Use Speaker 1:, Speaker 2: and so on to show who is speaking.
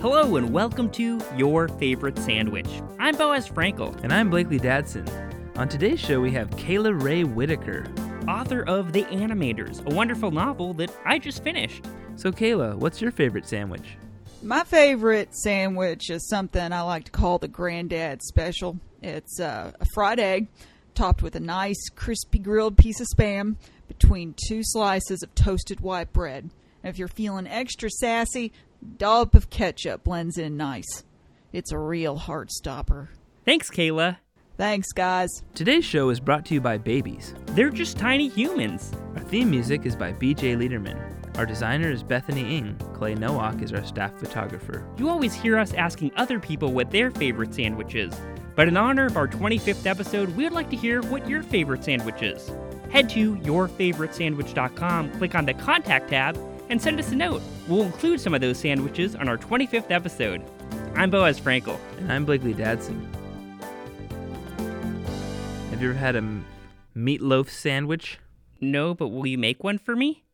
Speaker 1: Hello and welcome to Your Favorite Sandwich. I'm Boaz Frankel,
Speaker 2: And I'm Blakely Dadson. On today's show, we have Kayla Ray Whitaker.
Speaker 1: author of The Animators, a wonderful novel that I just finished.
Speaker 2: So, Kayla, what's your favorite sandwich?
Speaker 3: My favorite sandwich is something I like to call the granddad special. It's uh, a fried egg topped with a nice crispy grilled piece of spam between two slices of toasted white bread. And if you're feeling extra sassy, dollop of ketchup blends in nice. It's a real heart stopper.
Speaker 1: Thanks, Kayla.
Speaker 3: Thanks, guys.
Speaker 2: Today's show is brought to you by Babies.
Speaker 1: They're just tiny humans.
Speaker 2: Our theme music is by BJ Liederman. Our designer is Bethany Ing. Clay Nowak is our staff photographer.
Speaker 1: You always hear us asking other people what their favorite sandwich is, but in honor of our 25th episode, we'd like to hear what your favorite sandwich is. Head to yourfavoritesandwich.com, click on the contact tab, and send us a note. We'll include some of those sandwiches on our 25th episode. I'm Boaz Frankel.
Speaker 2: And I'm Blakely Dadson. Have you ever had a m- meatloaf sandwich?
Speaker 1: No, but will you make one for me?